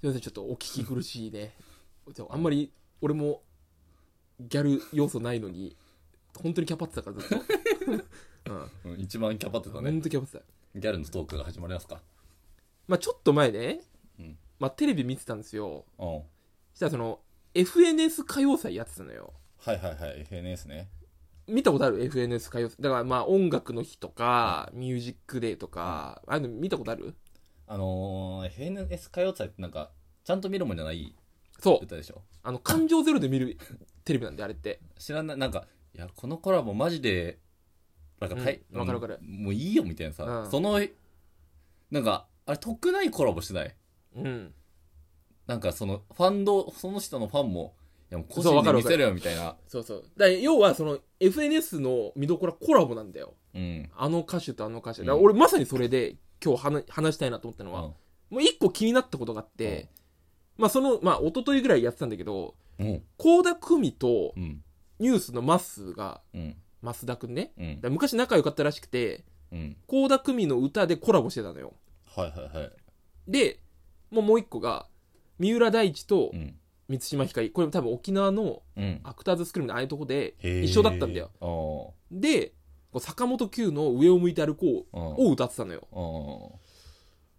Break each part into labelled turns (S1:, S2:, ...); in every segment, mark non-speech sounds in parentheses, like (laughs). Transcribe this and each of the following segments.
S1: すいませんちょっとお聞き苦しいね (laughs) でもあんまり俺もギャル要素ないのに本当にキャパってたからずっと、うん、
S2: うん一番キャパってたね
S1: 本当にキャパってた
S2: ギャルのトークが始まりますか
S1: まあちょっと前ね、
S2: うん
S1: まあ、テレビ見てたんですよ
S2: うんは
S1: したらその FNS 歌謡祭やってたのよ
S2: いはいはい FNS ね
S1: 見たことある FNS 歌謡祭だからまあ音楽の日とか、ミュージックデーとか、ああいうの見たことある
S2: あのー、FNS 歌謡祭ってなんかちゃんと見るもんじゃない
S1: そう
S2: 歌でしょ
S1: あの感情ゼロで見るテレビなんであれって
S2: 知らないなんかいやこのコラボマジでなんかたい、
S1: うんわかるわかる
S2: もういいよみたいなさ、
S1: うん
S2: そのなんかあれ得ないコラボしてない
S1: うん
S2: なんかそのファンドその人のファンもいやもう個
S1: そうわか
S2: 人で
S1: る
S2: 見
S1: わかる
S2: せるよみたいな
S1: そうそうだから要はその FNS の見どころはコラボなんだよ
S2: うん
S1: あの歌手とあの歌手
S2: う
S1: だ
S2: ん
S1: から俺まさにそれで今日話話したいなと思ったのは、
S2: うん
S1: もう一個気になったことがあって、まあそのまあ一昨日ぐらいやってたんだけど
S2: うん
S1: 倖田來未と
S2: うん
S1: ニュースのまっすーが
S2: うん
S1: 増田君ね
S2: う
S1: だ
S2: ん
S1: から昔仲良かったらしくて
S2: うん
S1: 倖田來未の歌でコラボしてたのよ
S2: はいはいはい
S1: でもうもう一個が三浦大知と
S2: うん
S1: 満島ひかりこれも多分沖縄の
S2: うん
S1: アクターズスクリームのああいうとこで
S2: へー
S1: 一緒だったんだよでこう坂本九の「上を向いて歩こう」
S2: あー
S1: を歌ってたのよ
S2: あー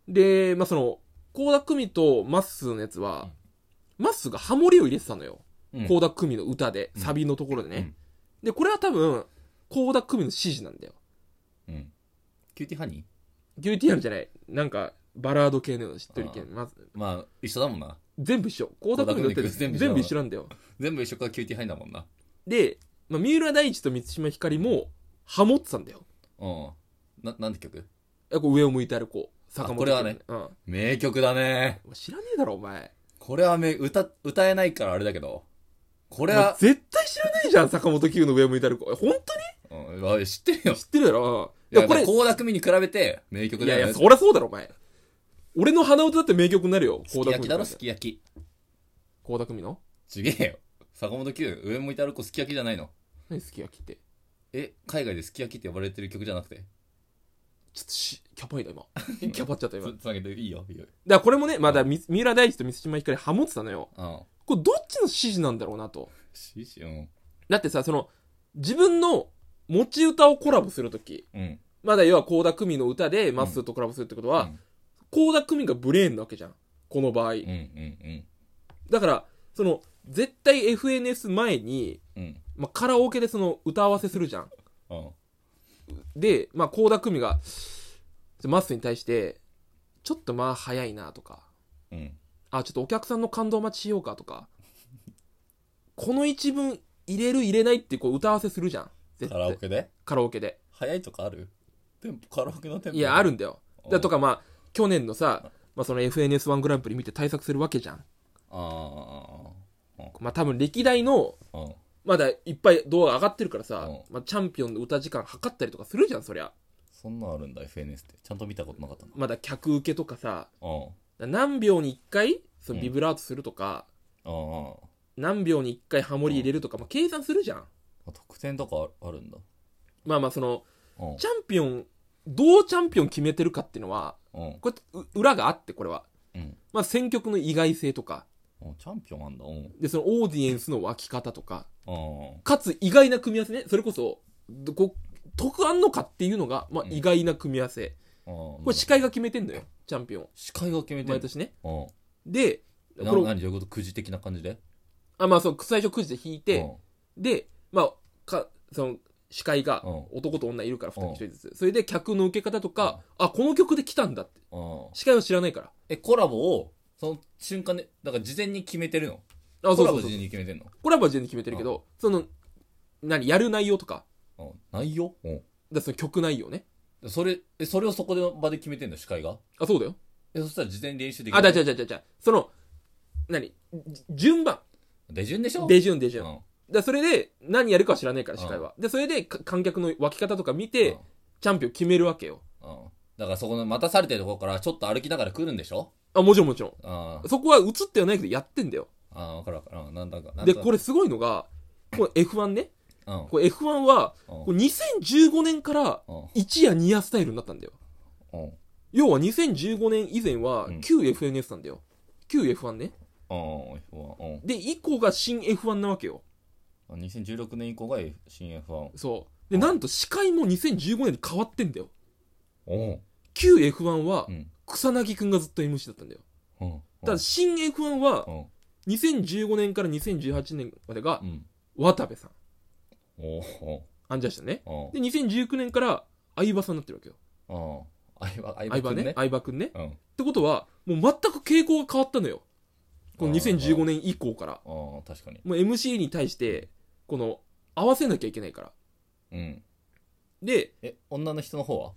S1: でまあその倖田來未とまっすーのやつはまっすーがハモリを入れてたのよ
S2: うん
S1: 倖田來未の歌で
S2: うん
S1: サビのところでね、でこれは多分倖田來未の指示なんだよ
S2: うんキューティーハニー
S1: UTR じゃないなんかバラード系のしっとり系まず
S2: まあ一緒だもんな
S1: 全部一緒倖田來未の歌で
S2: 倖田來未の全部一緒
S1: 全部一緒なんだよ
S2: 全部一緒からキューティーハニーだもんな
S1: で、まあ、三浦大知と満島ひかりもハモってたんだよ
S2: うんななんて曲
S1: いやこう上を向いて歩こう坂本
S2: あこれはね
S1: 九のうん
S2: 名曲だね
S1: お前知らねえだろお前
S2: これはめ歌歌えないからあれだけどこれ
S1: お前
S2: は、
S1: 絶対知らないじゃん坂本九の上を向いて歩こうえ本当
S2: うんあ、知ってるよ
S1: に知ってるだろうん
S2: い
S1: いや
S2: やこ
S1: これ
S2: れ
S1: い
S2: 倖田來未に比べて名曲
S1: や
S2: だよ
S1: い
S2: ね
S1: やそりゃそうだろお前俺の鼻歌だって名曲になるよ
S2: すき焼きだろ
S1: 倖
S2: すき焼き
S1: 田來未の
S2: ちげえよ坂本九上向いて歩こうすき焼きじゃないの
S1: 何すき焼きって
S2: え海外ですき焼きって呼ばれてる曲じゃなくて
S1: ちょっとしキャパいな今キャパっちゃった今だ
S2: つ
S1: か
S2: つなげていいよいいよ
S1: らこれもねまだみ三浦大知と満島ひかりハモってたのよ
S2: うん
S1: これどっちの指示なんだろうなと
S2: ししうん
S1: だってさその自分の持ち歌をコラボするとき
S2: うん
S1: まだ要は倖田來未の歌でまっすーとコラボするってことは、倖田來未がブレーンなわけじゃんこの場合、
S2: うんうん
S1: だからその絶対 FNS 前に、
S2: うんうん
S1: まあ、カラオケでその歌合わせするじゃん
S2: うん
S1: でまあ倖田來未がまっすーに対してちょっとまあ早いなとか
S2: うん
S1: あちょっとお客さんの感動待ちしようかとかこの一文入れる入れないってこう歌合わせするじゃん絶
S2: カラオ
S1: 対
S2: ケで
S1: カラオケ
S2: (laughs)
S1: で
S2: 早いとかあるテンポカラオケのテンポ
S1: いやある
S2: ん
S1: んだよだとかまあ去年のさ、まあ、その FNS1 グランプリ見て対策するわけじゃん
S2: あ
S1: まあ多分歴代の
S2: あうん
S1: まだいっぱい動画上がってるからさ、
S2: う
S1: まあ、チャンピオンの歌時間測ったりとかするじゃんそりゃ
S2: そんなんあるんだ FNS ってちゃんと見たことなかったな
S1: まだ客受けとかさ
S2: うん
S1: 何秒に1回その
S2: うん
S1: ビブラートするとか、
S2: あ
S1: 何秒に1回ハモリ入れるとか、まあ、計算するじゃん
S2: あ得点とかああるんだ
S1: まあまあその
S2: うん
S1: チャンピオンどうチャンピオン決めてるかっていうのは
S2: うん
S1: これう裏があってこれは、
S2: うん
S1: まあ、選曲の意外性とか
S2: うんチャンピオンあんだうん
S1: でそのオーディエンスの沸き方とか
S2: うん
S1: かつ意外な組み合わせねそれこそどこ得あんのかっていうのが、まあ、
S2: うん
S1: 意外な組み合わせ、
S2: こ
S1: これ司会が決めてんのよチャンピオン
S2: 司会が決めて
S1: 毎
S2: る
S1: 年ね
S2: うん
S1: で
S2: な
S1: これ
S2: 何どういうことくじ的な感じで
S1: あまあそう最初くじで引いて、でまあかその司会が
S2: うん
S1: 男と女いるから2人
S2: うん
S1: 1人ずつそれで客の受け方とか、あこの曲で来たんだって
S2: うんうん
S1: 司会は知らないから
S2: えコラボをその瞬間でだから事前に決めてるの
S1: あ
S2: コ
S1: そう
S2: ラ
S1: そ
S2: ボ
S1: うそ
S2: 事前
S1: う
S2: に決めてんの
S1: コラボは全然決めてるけど、その何やる内容とか
S2: うん内容う
S1: だその曲内容ね
S2: んそれえそれをそこでの場で決めてんの司会が
S1: あそうだよ
S2: えそしたら事前に練習でき
S1: あだ
S2: る
S1: じゃじゃじゃじゃその何じ順番
S2: 手順でしょ
S1: 手順手順
S2: うん
S1: だそれで何やるかは知らないから
S2: うん
S1: 司会は、でそれでか観客の沸き方とか見て、
S2: うん
S1: チャンピオン決めるわけよ
S2: うんだからそこの待たされてるところからちょっと歩きながら来るんでしょ
S1: あもちろんもちろん
S2: あ
S1: そこは映ってはないけどやってんだよ
S2: あ、わかるわかる。うんなんだか。
S1: でこ
S2: れ、
S1: れすごいのがこれ F1 ね
S2: うん。うん
S1: これ F1 はこ
S2: う
S1: れ2015年から
S2: ん
S1: 1や2やスタイルになったんだよ
S2: うん
S1: 要は2015年以前は
S2: うん
S1: 旧 FNS なんだよ、旧 F1 ね
S2: ああ、F1。
S1: で以降が新 F1 なわけよ
S2: うん。2016年以降が F 新 F1。
S1: そうでなんと司会も2015年に変わってんだよ
S2: おおう。
S1: 旧 F1 は
S2: うん。
S1: 草薙くんがずっと MC だったんだよ
S2: うん。
S1: ただ新 F1 は
S2: うん。
S1: 2015年から2018年までが
S2: うん。
S1: 渡部さん
S2: おお。
S1: アンジャッシュだね
S2: お
S1: で2019年から相葉さんになってるわけよ
S2: お。ああ。相葉、相
S1: 相葉
S2: 葉くん
S1: ね
S2: ね。
S1: 相葉くんねっ
S2: うん。
S1: てことはもう全く傾向が変わったのよこの
S2: あー
S1: 2015年以降から
S2: ああ、確かに。
S1: もう MC に対してこの合わせなきゃいけないから
S2: うん。
S1: で
S2: え、女の人の方は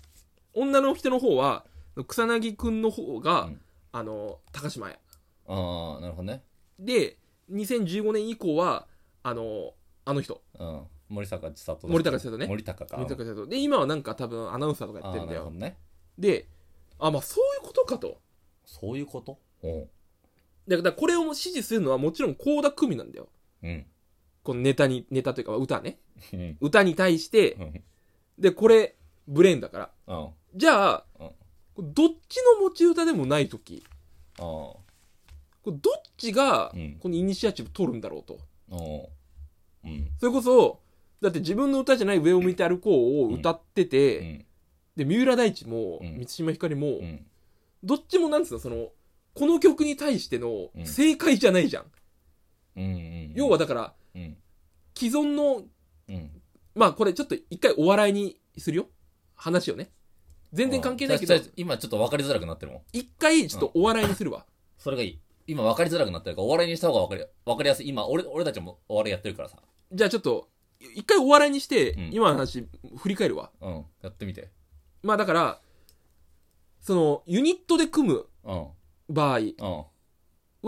S1: 女の人の方は草薙くんの方が、
S2: うん
S1: あの高島屋
S2: ああ、なるほどね。
S1: で2015年以降はあのあの人
S2: うん。森高千里だっけ
S1: 森高千里ね
S2: 森高か。
S1: 三鷹社長で今はなんか多分アナウンサーとかや
S2: あ
S1: って
S2: あ、
S1: ん
S2: な
S1: だ
S2: るほど
S1: よ
S2: ね。
S1: であまあそういうことかと
S2: そういうことうん。
S1: だからこれを支持するのはもちろん倖田來未なんだよ
S2: うん。
S1: このネタにネタというか歌ね
S2: うん。
S1: 歌に対して
S2: うん。
S1: でこれブレーンだから
S2: あ
S1: じゃあ
S2: うん
S1: どっちの持ち歌でもない時
S2: あ。
S1: これどっちが
S2: うん
S1: このイニシアチブ取るんだろうと
S2: おううん。
S1: それこそだって自分の歌じゃない「上を向いて歩こう」を歌ってて、
S2: うん。
S1: で三浦大知も
S2: うん
S1: 満島ひかりも、
S2: うん。
S1: どっちもなんつうのそのこの曲に対しての
S2: うん
S1: 正解じゃないじゃん、
S2: うん。うん
S1: 要は、だから
S2: うん。
S1: 既存の
S2: うん。
S1: まあこれちょっと一回お笑いにするよ話をね全然関係ないけど
S2: ああちょちょ今ちょっと分かりづらくなってるもん。
S1: 一回ちょっとお笑いにするわ、
S2: それがいい。今分かりづらくなってるから、お笑いにした方が分かり、分かりやすい。今、俺、俺たちもお笑いやってるからさ。
S1: じゃあちょっと一回お笑いにして、
S2: うん
S1: 今の話振り返るわ
S2: うん。やってみて。
S1: まあだからそのユニットで組む
S2: うん。
S1: 場合
S2: うん。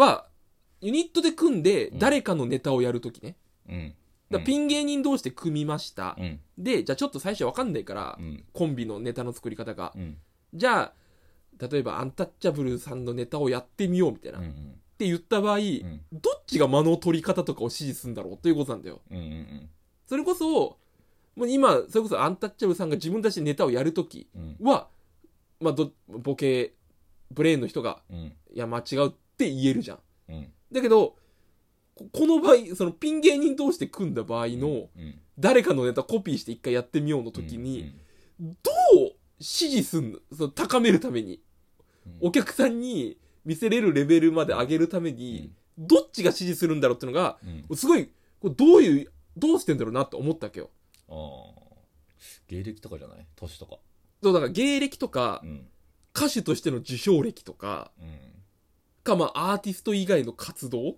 S1: はユニットで組んで
S2: うん
S1: 誰かのネタをやるときね、
S2: うん。
S1: だからピン芸人同士で組みました、
S2: うん。
S1: でじゃあちょっと最初わかんないから、
S2: うん。
S1: コンビのネタの作り方が、
S2: うん。
S1: じゃあ例えばアンタッチャブルさんのネタをやってみようみたいな、
S2: うん。う
S1: っ
S2: ん。
S1: て言った場合、
S2: うん。
S1: どっちが間の取り方とかを指示するんだろうということなんだよ
S2: うん。うん。
S1: それこそもう今それこそアンタッチャブルさんが自分たちでネタをやるとき
S2: うん。
S1: は、まあ、どボケブレーンの人が
S2: うん。
S1: いや間違うって言えるじゃん
S2: うん。
S1: だけどここの場合そのピン芸人同士で組んだ場合の
S2: うん、
S1: 誰かのネタコピーして一回やってみようの時にどう支持すんのその高めるために
S2: うん、うん
S1: お客さんに見せれるレベルまで上げるためにどっちが支持するんだろうっていうのが
S2: うん、
S1: すごいこれどういうどうしてんだろうなと思ったわけよ
S2: ああ芸歴とかじゃない年とか
S1: そうだから芸歴とか
S2: うん
S1: 歌手としての受賞歴とか
S2: うん
S1: かまあアーティスト以外の活動
S2: うん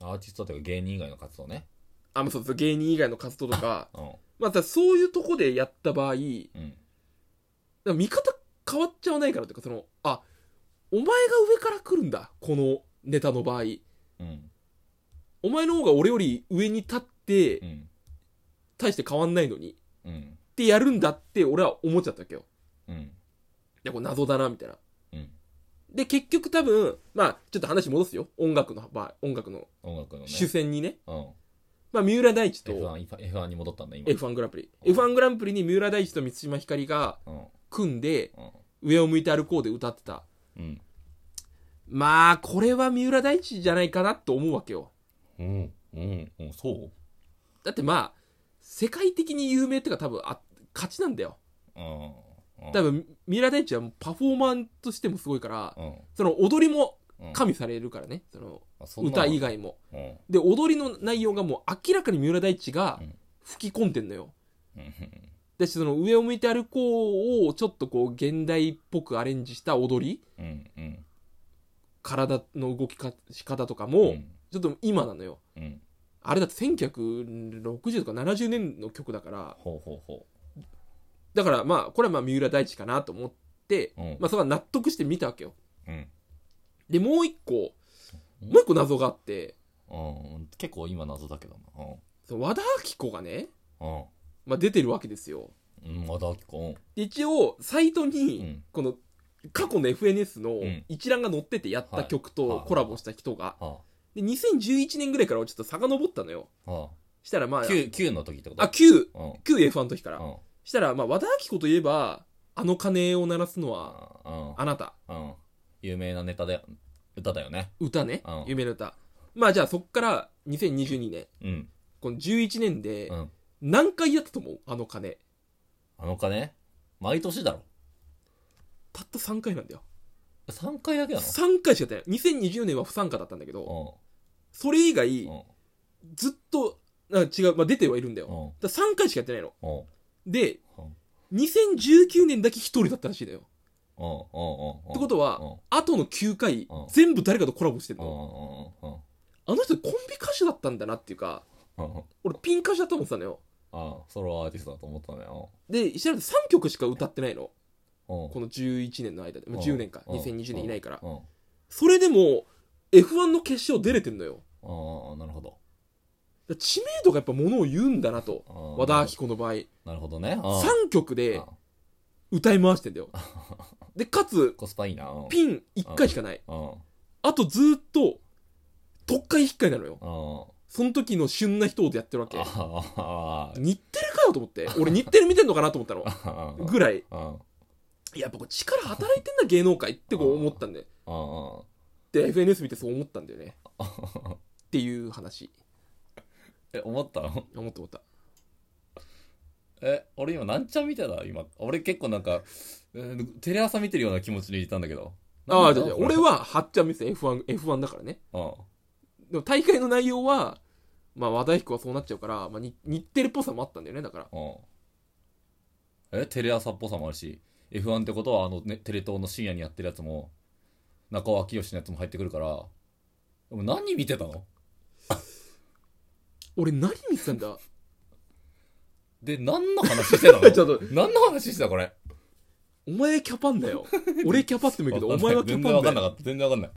S2: アーティストというか芸人以外の活動ね
S1: あまあそうそう芸人以外の活動とか
S2: うん
S1: まあさそういうとこでやった場合
S2: うん
S1: だから見方変わっちゃわないからというかそのあお前が上から来るんだこのネタの場合
S2: うん
S1: お前の方が俺より上に立って
S2: うん
S1: 大して変わんないのにっ
S2: うん
S1: てやるんだって俺は思っちゃったわけよ
S2: うん
S1: いやこれ謎だなみたいな
S2: うん
S1: で結局多分まあちょっと話戻すよ音楽の場合音楽の
S2: 音楽のね
S1: 主戦にね
S2: うん
S1: まあ三浦大知と
S2: F1, F1 に戻ったんだ今
S1: F1 グランプリ
S2: うん
S1: F1 グランプリに三浦大知と満島ひかりが
S2: うん
S1: 組んで
S2: うん
S1: 上を向いて歩こうで歌ってた
S2: うん
S1: まあこれは三浦大知じゃないかなと思うわけよ
S2: うんうんうんそう
S1: だってまあ世界的に有名ってか多分あ勝ちなんだよ
S2: うんうん
S1: 多分三浦大知はもうパフォーマンとしてもすごいから
S2: うん
S1: その踊りも
S2: うん
S1: 加味されるからねその
S2: あそんなの
S1: 歌以外も
S2: うん
S1: で踊りの内容がもう明らかに三浦大知が
S2: うん
S1: 吹き込んでんのよ
S2: うん
S1: だしその上を向いて歩こうをちょっとこう現代っぽくアレンジした踊り
S2: うんうん
S1: 体の動きか仕方とか
S2: う
S1: も
S2: ん
S1: ちょっと今なのよ
S2: うん
S1: あれだって1960とか70年の曲だから
S2: ほうほうほ
S1: だからまあこれはまあ三浦大知かなと思って、
S2: うん
S1: まあそれは納得して見たわけよ
S2: ううん
S1: でもう一個
S2: うん
S1: もう一個謎があって
S2: うん結構今謎だけどなうん
S1: その和田アキ子がね、
S2: うん
S1: まあ、出てるわけですよ
S2: うん和田アキ子
S1: で一応サイト
S2: うんう
S1: に
S2: ん
S1: この過去の FNS の
S2: ん
S1: 一覧が載っててやった曲と
S2: はい
S1: コラボした人が
S2: は
S1: で2011年ぐらいから俺ちょっと遡ったのよ
S2: あは
S1: したらまあ
S2: あ九九の時ってこと
S1: あ9
S2: うん
S1: 9 F1 の時から
S2: うん
S1: したらまあ和田アキ子といえばあの鐘を鳴らすのは
S2: うん
S1: あなた
S2: うん有名なネタだよ歌だよね。
S1: 歌ね
S2: うん。
S1: 夢の歌。まあじゃあそっから2022年、
S2: うん。
S1: この11年で
S2: うん。
S1: 何回やったと思うあの金。
S2: あの金毎年だろ。
S1: たった3回なんだよ。
S2: 3回だけなの
S1: 3回しかやってない。2020年は不参加だったんだけど、
S2: う
S1: それ以
S2: ん。う
S1: 外、
S2: ん。
S1: ずっと、なんか違う、まあ出てはいるんだよ。
S2: う
S1: だ
S2: ん。
S1: 3回しかやってないの。
S2: うん。うん。
S1: で
S2: うん、
S1: 2019年だけ1人だったらしいのよ。
S2: うん。うん。
S1: ってことは、
S2: うん
S1: 後の9回
S2: うん、
S1: 全部誰かとコラボしてん
S2: うん。う
S1: の。
S2: ん。うん。
S1: あの人コンビ歌手だったんだなっていうか、
S2: うん。うん。
S1: 俺ピン歌手だと思ってたのよ。
S2: あソロアーティストだと思ったね。う
S1: で、石原さん3曲しか歌ってないの。
S2: ん。うん。
S1: この11年の間で。まあ
S2: うん
S1: 10年か。
S2: うん
S1: 2020年いないから。
S2: うん。
S1: それでも、F1 の決勝出れてんのよ。
S2: ああ、なるほど。
S1: だから知名度がやっぱものを言うんだなと。和
S2: 和
S1: 田アキ子の場合。
S2: なるほどね。うん
S1: 3曲
S2: う
S1: で
S2: ん
S1: 歌い回してんだよ。で、かつ、
S2: コスパいいな。うん。
S1: ピン1回しかない。
S2: うん。
S1: あとずーっと、特回引っかいなのよ。
S2: うん。
S1: その時の旬な人をやってるわけ。
S2: あー
S1: 日テレかよと思って。俺日テレ見てんのかなと思ったの。
S2: あー。
S1: ぐらい。
S2: うん。
S1: やっぱこれ力働いてんだ芸能界ってこう思ったんで。
S2: うん。
S1: で、FNS 見てそう思ったんだよね。っていう話。
S2: え、思ったの
S1: 思って思った。
S2: え、俺今、なんちゃん見てた今。俺結構なんか、えーテレ朝見てるような気持ちでいたんだけど。
S1: ああ、
S2: なん
S1: じゃ
S2: だ
S1: あじゃあ
S2: こ
S1: 俺
S2: れ
S1: は、はっちゃん見せ F1、F1 だからね。
S2: う
S1: でも大会の内容は、まあ和田彦はそうなっちゃうから、まあに日テレっぽさもあったんだよね、だから。
S2: ん。うん。え、テレ朝っぽさもあるし、F1 ってことは、あの、ね、テレ東の深夜にやってるやつも、中尾明義のやつも入ってくるから、でも何見てたの
S1: 俺何見てたんだ
S2: で、何の話してた
S1: (laughs)
S2: の
S1: ちょっと、
S2: 何の話してたこれ。
S1: (laughs) お前キャパんだよ。俺キャパってもいいけど、
S2: わ
S1: お
S2: かんない
S1: 前はキャ
S2: 全
S1: パ
S2: 然わか
S1: ん
S2: んな
S1: だよ。
S2: かった。全然わかんない。